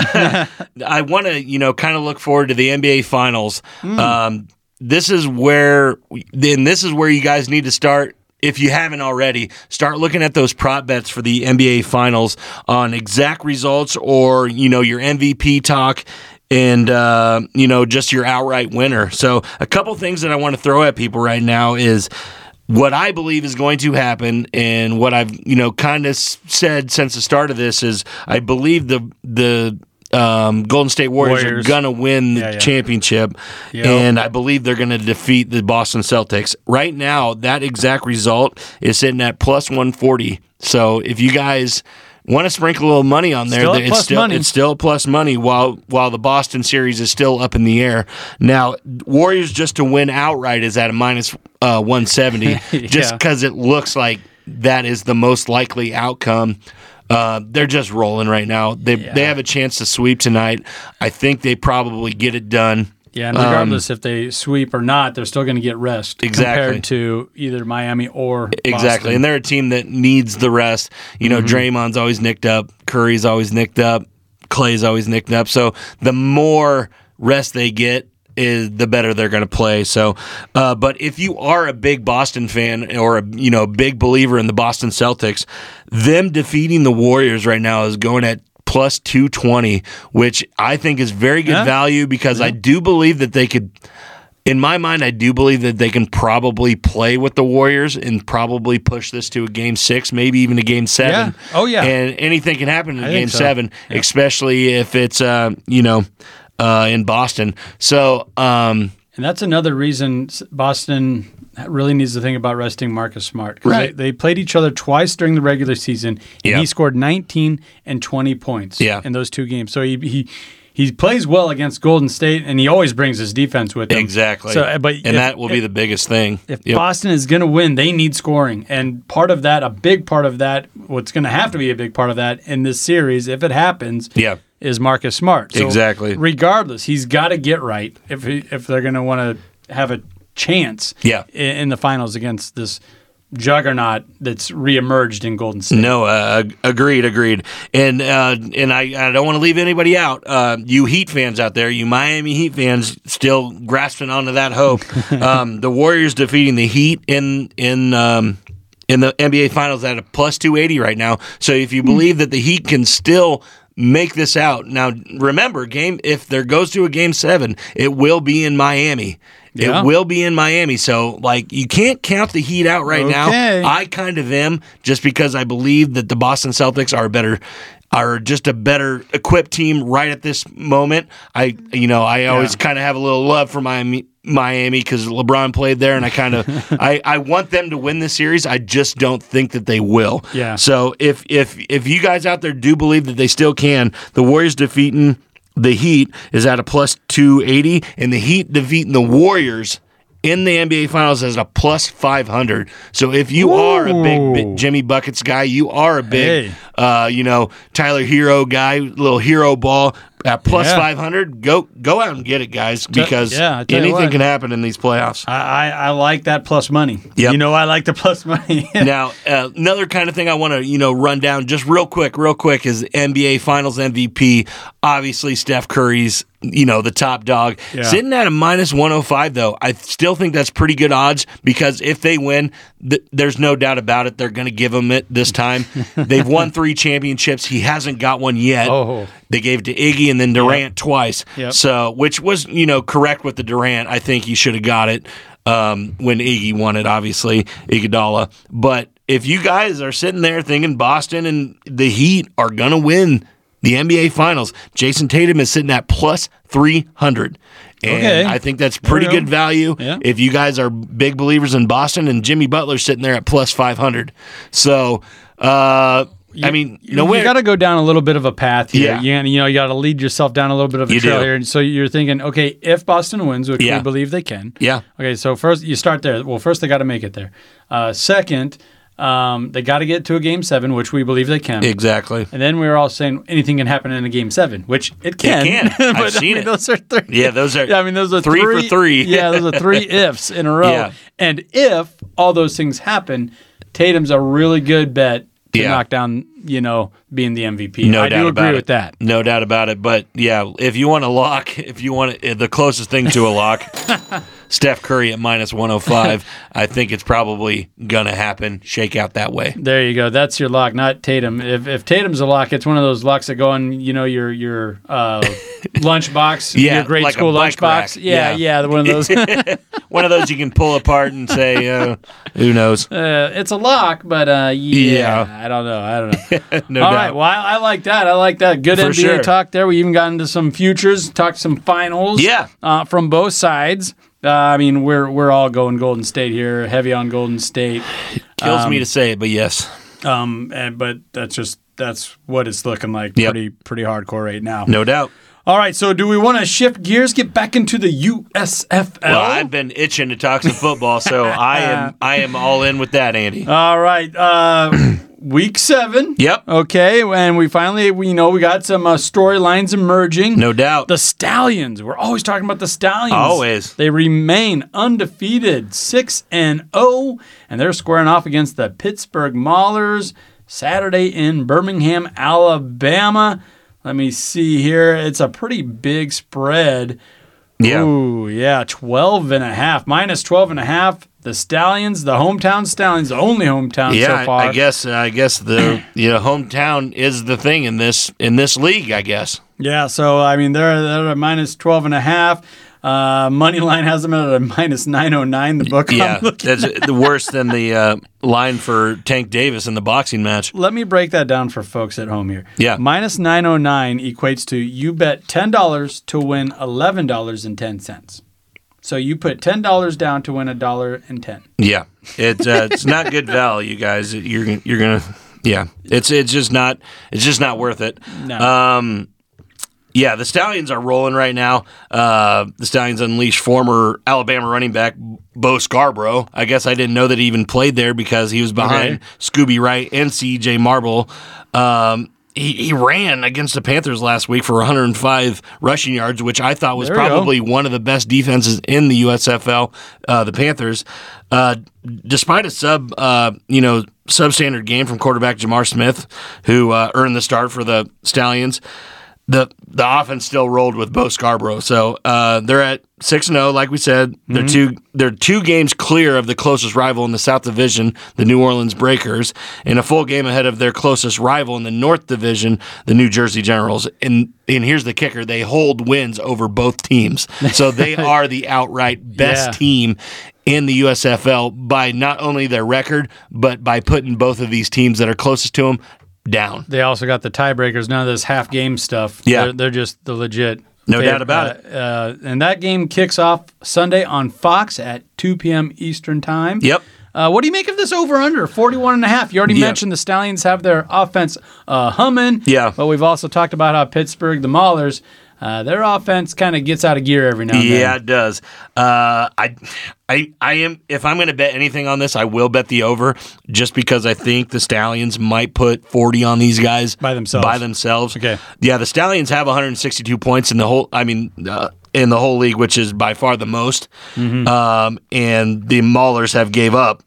Speaker 8: I want to, you know, kind of look forward to the NBA Finals. Um, this is where, then this is where you guys need to start. If you haven't already, start looking at those prop bets for the NBA Finals on exact results or you know your MVP talk and uh, you know just your outright winner. So a couple things that I want to throw at people right now is what I believe is going to happen, and what I've you know kind of said since the start of this is I believe the the um, Golden State Warriors,
Speaker 7: Warriors.
Speaker 8: are gonna win the
Speaker 7: Yeah, yeah.
Speaker 8: championship,
Speaker 7: Yep.
Speaker 8: and I believe they're gonna defeat the Boston Celtics. Right now, that exact result is sitting at plus one forty. So if you guys want to sprinkle a little money on there,
Speaker 7: Still at
Speaker 8: it's
Speaker 7: plus
Speaker 8: still
Speaker 7: money.
Speaker 8: it's still plus money while while the Boston series is still up in the air. Now, Warriors just to win outright is at a minus uh, 170 just
Speaker 7: Yeah.
Speaker 8: because it looks like that is the most likely outcome. Uh, they're just rolling right now. They they have a chance to sweep tonight. I think they probably get it done.
Speaker 7: Yeah, and regardless if they sweep or not, they're still going to get rest
Speaker 8: Um, Exactly.
Speaker 7: compared to either Miami or
Speaker 8: Exactly.
Speaker 7: Boston. Mm-hmm.
Speaker 8: And they're a team that needs the rest. You know, Draymond's always nicked up, Curry's always nicked up, Clay's always nicked up. So the more rest they get is the better they're going to play. So, uh, but if you are a big Boston fan or a you know big believer in the Boston Celtics, them defeating the Warriors right now is going at plus 220, which I think is very good
Speaker 7: Yeah.
Speaker 8: value because I do believe that they could. In my mind, I do believe that they can probably play with the Warriors and probably push this to a game six, maybe even a game seven.
Speaker 7: Yeah. Oh, yeah.
Speaker 8: And anything can happen in
Speaker 7: I think
Speaker 8: game
Speaker 7: so.
Speaker 8: seven, especially if it's uh, you know uh, in Boston. So um,
Speaker 7: And that's another reason s- Boston really needs to think about resting Marcus Smart. 'Cause
Speaker 8: Right.
Speaker 7: They, they played each other twice during the regular season, and
Speaker 8: Yeah.
Speaker 7: he scored 19 and 20 points
Speaker 8: Yeah.
Speaker 7: in those two games. So he, he he plays well against Golden State, and he always brings his defense with him.
Speaker 8: exactly.
Speaker 7: So, uh, but
Speaker 8: and that will be the biggest thing.
Speaker 7: If
Speaker 8: Yep.
Speaker 7: Boston is going to win, they need scoring. And part of that, a big part of that, what's going to have to be a big part of that in this series, if it happens,
Speaker 8: Yeah.
Speaker 7: is Marcus Smart.
Speaker 8: Exactly.
Speaker 7: Regardless, he's got to get right if he, if they're going to want to have a chance
Speaker 8: Yeah.
Speaker 7: i- in, the finals against this juggernaut that's reemerged in Golden State.
Speaker 8: No, uh, ag- agreed, agreed. And uh, and I, I don't want to leave anybody out. Uh, you Heat fans out there, you Miami Heat fans, still grasping onto that hope. um, the Warriors defeating the Heat in in. Um, in the NBA Finals at a plus 280 right now. So if
Speaker 7: Hmm.
Speaker 8: you believe that the Heat can still make this out, now remember, game if there goes to a game seven, it will be in Miami.
Speaker 7: Yeah.
Speaker 8: It will be in Miami. So like you can't count the Heat out right
Speaker 7: Okay.
Speaker 8: now. I kind of am just because I believe that the Boston Celtics are a better are just a better equipped team right at this moment. I you know, I always kind of have a little love for Miami Miami cuz LeBron played there and I kind of I I want them to win this series. I just don't think that they will.
Speaker 7: Yeah.
Speaker 8: So if if if you guys out there do believe that they still can, the Warriors defeating the Heat is at a plus 280 and the Heat defeating the Warriors in the NBA Finals as a plus 500. So if you are a big
Speaker 7: Ooh.
Speaker 8: bi- Jimmy Buckets guy, you are a big,
Speaker 7: Hey.
Speaker 8: uh, you know, Tyler Hero guy, little hero ball at plus
Speaker 7: Yeah.
Speaker 8: 500. Go go out and get it, guys, because
Speaker 7: yeah, I tell you
Speaker 8: anything
Speaker 7: what.
Speaker 8: can happen in these playoffs.
Speaker 7: I, I, I like that plus money.
Speaker 8: Yep.
Speaker 7: You know, I like the plus money.
Speaker 8: now, uh, another kind of thing I want to you know run down just real quick, real quick is NBA Finals MVP. Obviously, Steph Curry's you know the top dog,
Speaker 7: Yeah.
Speaker 8: sitting at a minus one hundred five though. I still think that's pretty good odds because if they win, th- there's no doubt about it. They're going to give him it this time. They've won three championships. He hasn't got one yet.
Speaker 7: Oh.
Speaker 8: They gave to Iggy and then Durant twice.
Speaker 7: Yep.
Speaker 8: So, which was you know correct with the Durant. I think he should have got it um, when Iggy won it, obviously Iguodala. But if you guys are sitting there thinking Boston and the Heat are gonna win the NBA Finals, Jason Tatum is sitting at plus three hundred. And
Speaker 7: Okay.
Speaker 8: I think that's pretty
Speaker 7: we go.
Speaker 8: good value
Speaker 7: Yeah.
Speaker 8: if you guys are big believers in Boston and Jimmy Butler's sitting there at plus 500. So, uh, I mean, no
Speaker 7: you
Speaker 8: way.
Speaker 7: got to go down a little bit of a path here.
Speaker 8: Yeah.
Speaker 7: You, gotta- you know, you got to lead yourself down a little bit of a
Speaker 8: You
Speaker 7: trail
Speaker 8: do.
Speaker 7: here. And so you're thinking, okay, if Boston wins, which
Speaker 8: Yeah.
Speaker 7: we believe they can.
Speaker 8: Yeah.
Speaker 7: Okay, so first you start there. Well, first they got to make it there. Uh, second, um, they got to get to a game seven, which we believe they can.
Speaker 8: Exactly.
Speaker 7: and then we were all saying anything can happen in a game seven, which it can.
Speaker 8: can. I've
Speaker 7: but I
Speaker 8: seen
Speaker 7: mean,
Speaker 8: it.
Speaker 7: Those are three.
Speaker 8: Yeah, those are.
Speaker 7: Yeah, I mean, those are
Speaker 8: three,
Speaker 7: three,
Speaker 8: for three.
Speaker 7: yeah, those are three ifs in a row.
Speaker 8: Yeah.
Speaker 7: And if all those things happen, Tatum's a really good bet to
Speaker 8: Yeah.
Speaker 7: knock down. You know, being the MVP.
Speaker 8: no
Speaker 7: I
Speaker 8: doubt
Speaker 7: do
Speaker 8: about
Speaker 7: agree
Speaker 8: it.
Speaker 7: with that.
Speaker 8: No doubt about it. But yeah, if you want a lock, if you want eh, the closest thing to a lock, Steph Curry at minus one hundred five. I think it's probably gonna happen. Shake out that way.
Speaker 7: There you go. That's your lock, not Tatum. If, if Tatum's a lock, it's one of those locks that go on, you know, your your uh, lunchbox,
Speaker 8: Yeah,
Speaker 7: your grade
Speaker 8: like a
Speaker 7: school
Speaker 8: bike rack.
Speaker 7: lunchbox. Yeah,
Speaker 8: Yeah.
Speaker 7: yeah, one of those.
Speaker 8: One of those you can pull apart and say, uh, who knows?
Speaker 7: Uh, it's a lock, but uh, yeah,
Speaker 8: Yeah.
Speaker 7: I don't know. I don't know.
Speaker 8: No
Speaker 7: All
Speaker 8: doubt.
Speaker 7: right. Well, I, I like that. I like that. Good
Speaker 8: For
Speaker 7: NBA
Speaker 8: sure.
Speaker 7: talk there. We even got into some futures, talked some finals.
Speaker 8: Yeah.
Speaker 7: Uh, from both sides. Uh, I mean, we're we're all going Golden State here, heavy on Golden State.
Speaker 8: Kills me to say it, but yes,
Speaker 7: Um, and, but that's just that's what it's looking like.
Speaker 8: Yep.
Speaker 7: Pretty pretty hardcore right now.
Speaker 8: no doubt.
Speaker 7: All right. So, do we want to shift gears, get back into the USFL?
Speaker 8: Well, I've been itching to talk some football, so I am I am all in with that, Andy.
Speaker 7: All right. Uh, week seven.
Speaker 8: Yep.
Speaker 7: Okay. And we finally, we, you know, we got some uh, storylines emerging.
Speaker 8: No doubt.
Speaker 7: The Stallions. We're always talking about the Stallions.
Speaker 8: Always.
Speaker 7: They remain undefeated, 6 and 0, and they're squaring off against the Pittsburgh Maulers Saturday in Birmingham, Alabama. Let me see here. It's a pretty big spread.
Speaker 8: Yeah.
Speaker 7: Ooh, yeah, 12 and a half. Minus 12 and a half. The Stallions, the hometown Stallions, the only hometown
Speaker 8: yeah, I-
Speaker 7: so far.
Speaker 8: I guess I guess the you know hometown is the thing in this in this league. I guess.
Speaker 7: Yeah, so, I mean, they're, they're at minus 12 and a half. Uh, Moneyline has them at a minus 909, the book. I'm
Speaker 8: Yeah,
Speaker 7: looking
Speaker 8: that's the worse than the uh, line for Tank Davis in the boxing match.
Speaker 7: let me break that down for folks at home here.
Speaker 8: Yeah.
Speaker 7: Minus 909 equates to you bet $10 to win $11.10. So you put $10 down to win a dollar and 10.
Speaker 8: Yeah, it's uh, it's not good value, guys. You're you're gonna yeah. It's it's just not it's just not worth it.
Speaker 7: No.
Speaker 8: Um, yeah, the Stallions are rolling right now. Uh, the Stallions unleashed former Alabama running back Bo Scarborough. I guess I didn't know that he even played there because he was behind
Speaker 7: Okay.
Speaker 8: Scooby Wright and C.J. Marble. Um, he, he ran against the Panthers last week for 105 rushing yards, which I thought was
Speaker 7: There you go.
Speaker 8: probably one of the best defenses in the USFL, uh, the Panthers. Uh, despite a sub, uh, you know, substandard game from quarterback Jamar Smith, who uh, earned the start for the Stallions, the the offense still rolled with Bo Scarborough. So uh, they're at six and zero, like we said. They're
Speaker 7: Mm-hmm.
Speaker 8: two they're two games clear of the closest rival in the South Division, the New Orleans Breakers, and a full game ahead of their closest rival in the North Division, the New Jersey Generals. And and here's the kicker: they hold wins over both teams, so they are the outright best
Speaker 7: Yeah.
Speaker 8: team. In the USFL, by not only their record, but by putting both of these teams that are closest to them down.
Speaker 7: They also got the tiebreakers, none of this half game stuff.
Speaker 8: Yeah.
Speaker 7: They're, they're just the legit.
Speaker 8: No doubt about
Speaker 7: uh, it. Uh, and that game kicks off Sunday on Fox at 2 p.m. Eastern Time.
Speaker 8: Yep.
Speaker 7: Uh, what do you make of this over under 41 and a half? You already
Speaker 8: Yeah.
Speaker 7: mentioned the Stallions have their offense uh, humming.
Speaker 8: Yeah.
Speaker 7: But we've also talked about how Pittsburgh, the Maulers, uh, their offense kind of gets out of gear every now and
Speaker 8: Yeah,
Speaker 7: then.
Speaker 8: it does. Uh, I, I, I am. If I'm going to bet anything on this, I will bet the over, just because I think the Stallions might put 40 on these guys
Speaker 7: By themselves.
Speaker 8: By themselves.
Speaker 7: Okay.
Speaker 8: Yeah, the Stallions have 162 points in the whole. I mean, uh, in the whole league, which is by far the most.
Speaker 7: Mm-hmm.
Speaker 8: Um, and the Maulers have gave up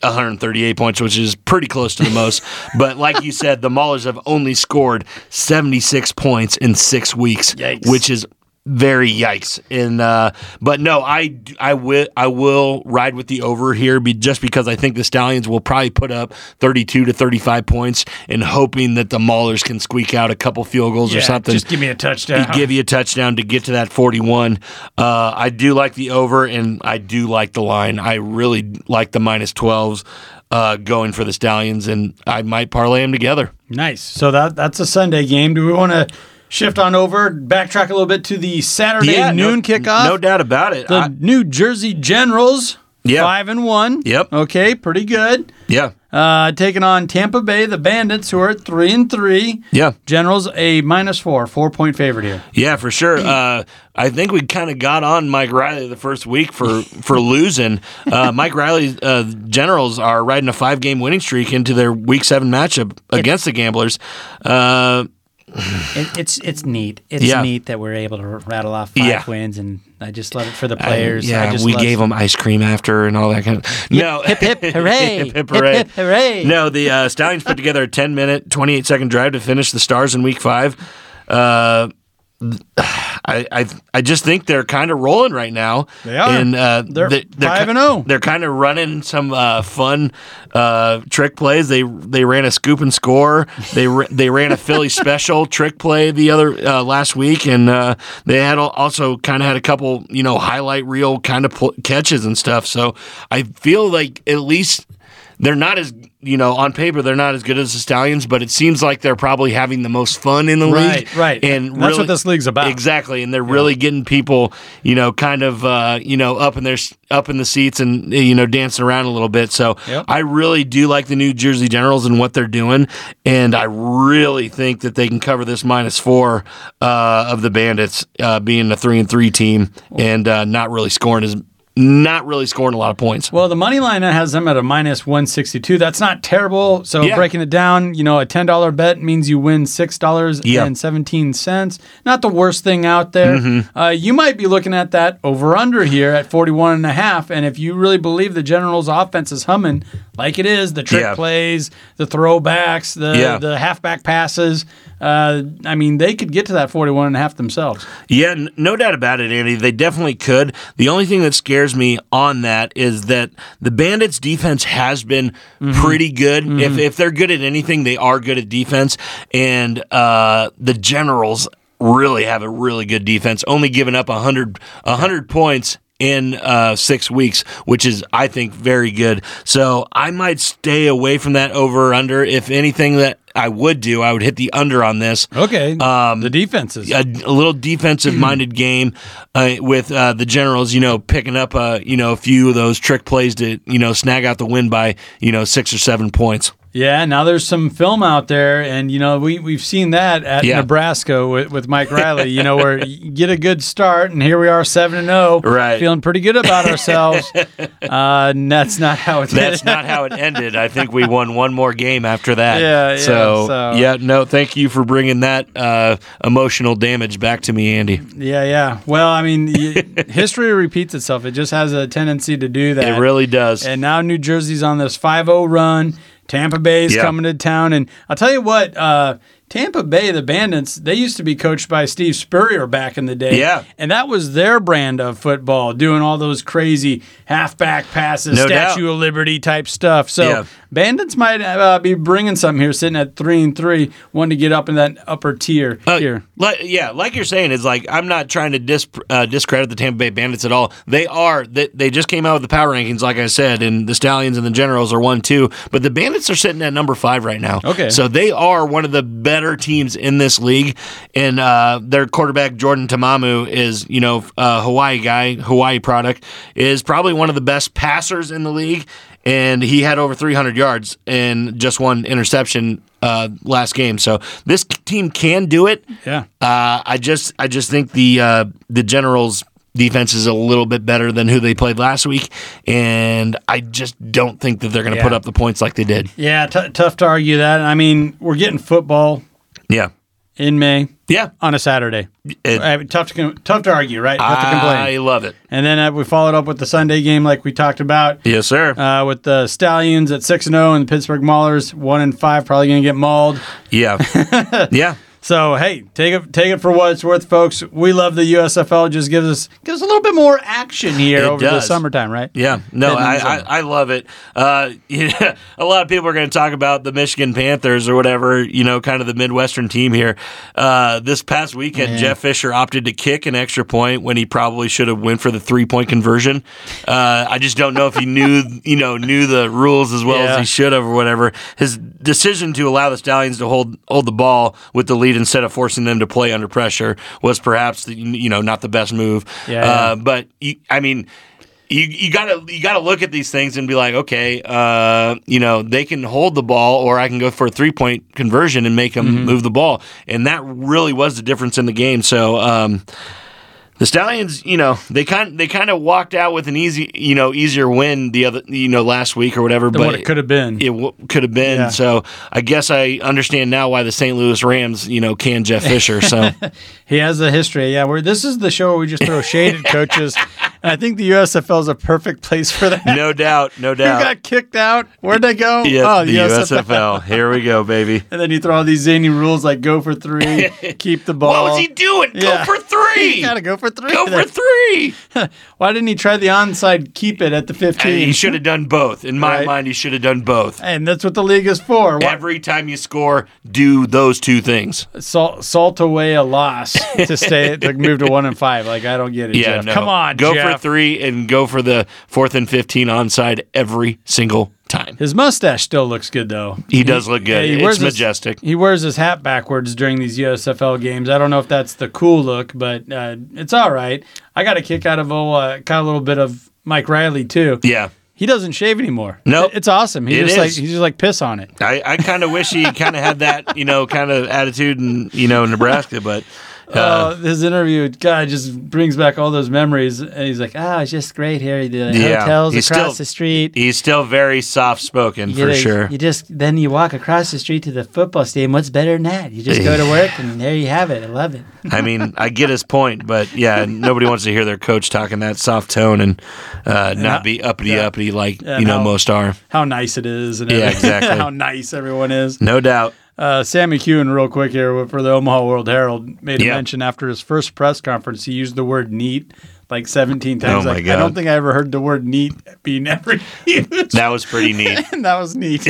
Speaker 8: 138 points, which is pretty close to the most. but like you said, the Maulers have only scored 76 points in six weeks,
Speaker 7: Yikes.
Speaker 8: which is very yikes. And uh, but no, I d- I will I will ride with the over here, be, just because I think the Stallions will probably put up 32 to 35 points, and hoping that the Maulers can squeak out a couple field goals or something
Speaker 7: Just give me a touchdown.
Speaker 8: give you a touchdown to get to that 41. Uh, I do like the over, and I do like the line. I really like the minus 12s uh, going for the Stallions, and I might parlay them together.
Speaker 7: Nice. So that that's a Sunday game. Do we want to shift on over, backtrack a little bit to the Saturday noon
Speaker 8: no,
Speaker 7: kickoff?
Speaker 8: No doubt about it.
Speaker 7: The
Speaker 8: I-
Speaker 7: New Jersey Generals,
Speaker 8: Yeah.
Speaker 7: five and one.
Speaker 8: Yep.
Speaker 7: Okay, pretty good.
Speaker 8: yeah.
Speaker 7: Uh, taking on Tampa Bay, the Bandits, who are at three and three.
Speaker 8: Yeah.
Speaker 7: Generals a minus four, four point favorite here.
Speaker 8: Yeah, for sure. Uh, I think we kind of got on Mike Riley the first week for for losing. Uh, Mike Riley uh, Generals are riding a five game winning streak into their Week Seven matchup against the Gamblers. Uh,
Speaker 1: It, it's it's neat. It's
Speaker 8: Yeah.
Speaker 1: neat that we're able to rattle off five
Speaker 8: Yeah.
Speaker 1: wins, and I just love it for the
Speaker 8: I-
Speaker 1: players.
Speaker 8: yeah,
Speaker 1: I just
Speaker 8: we
Speaker 1: love-
Speaker 8: gave them ice cream after and all that kind of. No, hip hip
Speaker 1: hooray.
Speaker 8: hip hip
Speaker 1: Hip,
Speaker 8: hooray,
Speaker 1: hip, hooray.
Speaker 8: No, the uh, Stallions put together a ten minute, twenty eight second drive to finish the Stars in Week Five. Uh, I, I I just think they're kind of rolling right now.
Speaker 7: They are.
Speaker 8: And uh,
Speaker 7: They're five
Speaker 8: ki-
Speaker 7: and oh.
Speaker 8: They're kind of running some uh, fun uh, trick plays. They they ran a scoop and score. They ra- they ran a Philly special trick play the other uh, last week, and uh, they had al- also kind of had a couple you know highlight reel kind of pl- catches and stuff. So I feel like at least they're not as you know on paper they're not as good as the Stallions, but it seems like they're probably having the most fun in the league.
Speaker 7: Right, right.
Speaker 8: And
Speaker 7: That's what
Speaker 8: really-
Speaker 7: this league's about.
Speaker 8: Exactly, and they're really getting people, you know, kind of, uh, you know, up in their up in the seats and you know dancing around a little bit. So
Speaker 7: Yep.
Speaker 8: I really do like the New Jersey Generals and what they're doing, and I really think that they can cover this minus four uh, of the Bandits uh, being a three and three team and uh, not really scoring as not really scoring a lot of points.
Speaker 7: Well, the money line has them at a minus 162. That's not terrible. So
Speaker 8: Yeah.
Speaker 7: breaking it down, you know, a $10 bet means you win
Speaker 8: Yeah.
Speaker 7: $6.17. Not the worst thing out there.
Speaker 8: Mm-hmm.
Speaker 7: Uh, you might be looking at that over under here at 41 and a half. And if you really believe the Generals offense is humming like it is, the trick
Speaker 8: Yeah.
Speaker 7: plays, the throwbacks, the,
Speaker 8: Yeah.
Speaker 7: the halfback passes, uh, I mean, they could get to that 41 and a half themselves.
Speaker 8: Yeah, n- no doubt about it, Andy. They definitely could. The only thing that scares me on that is that the Bandits' defense has been pretty good. If, if they're good at anything, they are good at defense. And uh, the Generals really have a really good defense, only giving up 100, 100 points in uh, six weeks, which is, I think, very good. So I might stay away from that over or under. If anything that I would do, I would hit the under on this
Speaker 7: Okay. Um, the defenses.
Speaker 8: a, a little
Speaker 7: Mm-hmm.
Speaker 8: defensive minded game uh, with uh, the Generals. You know, picking up uh, you know a few of those trick plays to you know snag out the win by you know six or seven points.
Speaker 7: Yeah, now there's some film out there, and you know we we've seen that at
Speaker 8: Yeah.
Speaker 7: Nebraska with, with Mike Riley. You know where you get a good start, and here we are seven and zero,
Speaker 8: Right.
Speaker 7: Feeling pretty good about ourselves. uh, and that's not how it's.
Speaker 8: That's not how it ended. I think we won one more game after that.
Speaker 7: Yeah, yeah,
Speaker 8: So,
Speaker 7: so-
Speaker 8: yeah, no, thank you for bringing that uh, emotional damage back to me, Andy.
Speaker 7: yeah, yeah. Well, I mean, y- history repeats itself. It just has a tendency to do that.
Speaker 8: It really does.
Speaker 7: And now New Jersey's on this 5 0 run. Tampa Bay's
Speaker 8: Yeah.
Speaker 7: coming to town. And I'll tell you what, uh, Tampa Bay, the Bandits, they used to be coached by Steve Spurrier back in the day.
Speaker 8: Yeah.
Speaker 7: And that was their brand of football, doing all those crazy halfback passes,
Speaker 8: No doubt.
Speaker 7: Statue of Liberty type stuff. So
Speaker 8: Yeah.
Speaker 7: Bandits might uh, be bringing something here, sitting at 3 and 3, wanting to get up in that upper tier
Speaker 8: Uh,
Speaker 7: here.
Speaker 8: Like, yeah, like you're saying, it's like I'm not trying to dis- uh, discredit the Tampa Bay Bandits at all. They are they, they just came out with the power rankings, like I said, and the Stallions and the Generals are one two, but the Bandits are sitting at number five right now.
Speaker 7: Okay.
Speaker 8: so they are one of the better teams in this league, and uh, their quarterback Jordan Tamamu is you know uh, Hawaii guy, Hawaii product is probably one of the best passers in the league. And he had over 300 yards and just one interception uh, last game. So this team can do it.
Speaker 7: Yeah.
Speaker 8: Uh, I just I just think the uh, the Generals defense is a little bit better than who they played last week, and I just don't think that they're going to
Speaker 7: Yeah.
Speaker 8: put up the points like they did.
Speaker 7: Yeah, t- tough to argue that. I mean, we're getting football
Speaker 8: Yeah,
Speaker 7: in May
Speaker 8: yeah.
Speaker 7: on a Saturday.
Speaker 8: It-
Speaker 7: I mean, Uh, tough to com- tough to argue, right? Tough to
Speaker 8: I
Speaker 7: complain.
Speaker 8: love it.
Speaker 7: And then uh, we followed up with the Sunday game, like we talked about,
Speaker 8: Yes, sir.
Speaker 7: uh, with the Stallions at six and zero, and the Pittsburgh Maulers one and five, probably going to get mauled.
Speaker 8: yeah, yeah.
Speaker 7: So hey, take it take it for what it's worth, folks. We love the USFL. It Just gives us gives us a little bit more action here
Speaker 8: It
Speaker 7: over the
Speaker 8: does.
Speaker 7: summertime, right?
Speaker 8: Yeah, no,
Speaker 7: Heading
Speaker 8: I,
Speaker 7: into
Speaker 8: I, I love it. Uh, yeah, a lot of people are going to talk about the Michigan Panthers or whatever, you know, kind of the Midwestern team here. Uh, this past weekend, Jeff Fisher opted to kick an extra point when he probably should have went for the three point conversion. Uh, I just don't know if he knew, you know, knew the rules as well
Speaker 7: Yeah.
Speaker 8: as he should have or whatever. His decision to allow the Stallions to hold hold the ball with the lead instead of forcing them to play under pressure was perhaps, the, you know, not the best move.
Speaker 7: Yeah.
Speaker 8: Uh, but you, I mean you, you gotta you gotta look at these things and be like, okay, uh, you know, they can hold the ball, or I can go for a three point conversion and make them
Speaker 7: Mm-hmm.
Speaker 8: move the ball, and that really was the difference in the game. So um, the Stallions, you know, they kind they kind of walked out with an easy, you know, easier win the other, you know, last week or whatever,
Speaker 7: Than
Speaker 8: but
Speaker 7: what it could have been.
Speaker 8: It w- could have been.
Speaker 7: Yeah.
Speaker 8: So I guess I understand now why the St. Louis Rams, you know, can Jeff Fisher. So
Speaker 7: He has a history. Yeah, where this is the show where we just throw shade at coaches, and I think the USFL is a perfect place for that.
Speaker 8: no doubt, no
Speaker 7: Who
Speaker 8: doubt.
Speaker 7: got kicked out? Where'd they go?
Speaker 8: yeah,
Speaker 7: oh,
Speaker 8: the USFL. Here we go, baby.
Speaker 7: And then you throw all these zany rules like go for three, keep the ball.
Speaker 8: What was he doing?
Speaker 7: Yeah.
Speaker 8: Go for three.
Speaker 7: You gotta go for three.
Speaker 8: go for three.
Speaker 7: Why didn't he try the onside keep it at the 15?
Speaker 8: And he should have done both. In my
Speaker 7: Right.
Speaker 8: mind, he should have done both.
Speaker 7: And that's what the league is for. Why-
Speaker 8: Every time you score, do those two things.
Speaker 7: Salt, salt away a loss to stay to move to one and five. Like I don't get it.
Speaker 8: Yeah,
Speaker 7: Jeff.
Speaker 8: no.
Speaker 7: come on,
Speaker 8: Go
Speaker 7: Jeff.
Speaker 8: for three and go for the fourth and 15 onside every single time.
Speaker 7: His mustache still looks good though.
Speaker 8: He does look good.
Speaker 7: he
Speaker 8: it's
Speaker 7: wears
Speaker 8: majestic.
Speaker 7: His, he wears his hat backwards during these USFL games. I don't know if that's the cool look, but uh, it's all right. I got a kick out of old, uh, got a little bit of Mike Riley too.
Speaker 8: yeah.
Speaker 7: He doesn't shave anymore.
Speaker 8: Nope.
Speaker 7: It- It's awesome. He
Speaker 8: It
Speaker 7: just
Speaker 8: is.
Speaker 7: like he's just like piss on it.
Speaker 8: I, I kind of wish he kind of had that, you know, kind of attitude in, you know, in Nebraska, but Uh.
Speaker 7: oh, his interview, God, just brings back all those memories. And he's like, "Oh, it's just great here. The
Speaker 8: Yeah,
Speaker 7: hotels
Speaker 8: he's
Speaker 7: across
Speaker 8: still-
Speaker 7: the street.
Speaker 8: he's still very soft spoken
Speaker 7: You
Speaker 8: for
Speaker 7: know,
Speaker 8: sure.
Speaker 7: You just then you walk across the street to the football stadium. What's better than that? You just go to work, and there you have it. I love it.
Speaker 8: I mean, I get his point, but yeah, nobody wants to hear their coach talking that soft tone and uh, not be uppity uppity like
Speaker 7: Yeah,
Speaker 8: you know
Speaker 7: no.
Speaker 8: most are.
Speaker 7: How nice it is, and
Speaker 8: Yeah,
Speaker 7: everything.
Speaker 8: exactly.
Speaker 7: how nice everyone is.
Speaker 8: No doubt.
Speaker 7: Uh, Sammy Kuhn, real quick here for the Omaha World Herald, made a
Speaker 8: Yeah.
Speaker 7: mention after his first press conference. He used the word "neat" like 17 times.
Speaker 8: Oh, my
Speaker 7: Like, I
Speaker 8: God.
Speaker 7: don't think I ever heard the word "neat" being ever used.
Speaker 8: That was pretty neat.
Speaker 7: and that was neat.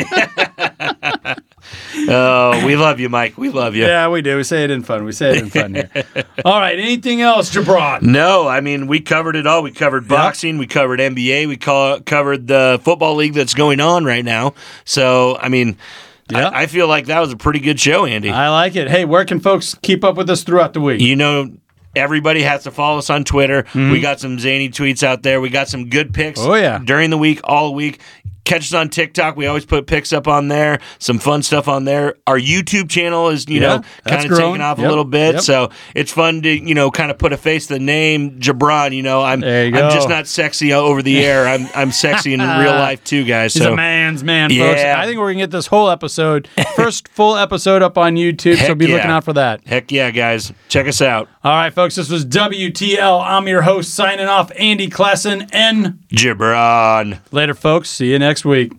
Speaker 8: Oh, we love you, Mike. We love you.
Speaker 7: yeah, we do. We say it in fun. We say it in fun here. All right. Anything else, Jabron?
Speaker 8: No, I mean we covered it all. We covered boxing, we covered NBA, we co- covered the football league that's going on right now. So I mean,
Speaker 7: Yeah.
Speaker 8: I, I feel like that was a pretty good show, Andy.
Speaker 7: I like it. Hey, where can folks keep up with us throughout the week?
Speaker 8: you know. Everybody has to follow us on Twitter. We got some zany tweets out there. We got some good picks.
Speaker 7: Mm-hmm. Oh, yeah.
Speaker 8: during the week, all week. Catch us on TikTok. We always put picks up on there. Some fun stuff on there. Our YouTube channel is you
Speaker 7: Yeah,
Speaker 8: know
Speaker 7: that's
Speaker 8: kind of
Speaker 7: growing.
Speaker 8: taking off
Speaker 7: Yep,
Speaker 8: a little bit.
Speaker 7: yep.
Speaker 8: So it's fun to you know kind of put a face to the name Jabron. You know I'm
Speaker 7: There you
Speaker 8: I'm
Speaker 7: go.
Speaker 8: just not sexy over the air. I'm I'm sexy in real life too, guys.
Speaker 7: He's
Speaker 8: So
Speaker 7: a man's man, folks.
Speaker 8: Yeah.
Speaker 7: I think we're gonna get this whole episode, first full episode, up on YouTube. so
Speaker 8: Heck
Speaker 7: be looking
Speaker 8: yeah.
Speaker 7: out for that.
Speaker 8: heck yeah, guys, check us out,
Speaker 7: All right, folks. This was WTL. I'm your host, signing off. Andy Klassen, and
Speaker 8: Jabron.
Speaker 7: later, folks. See you next week.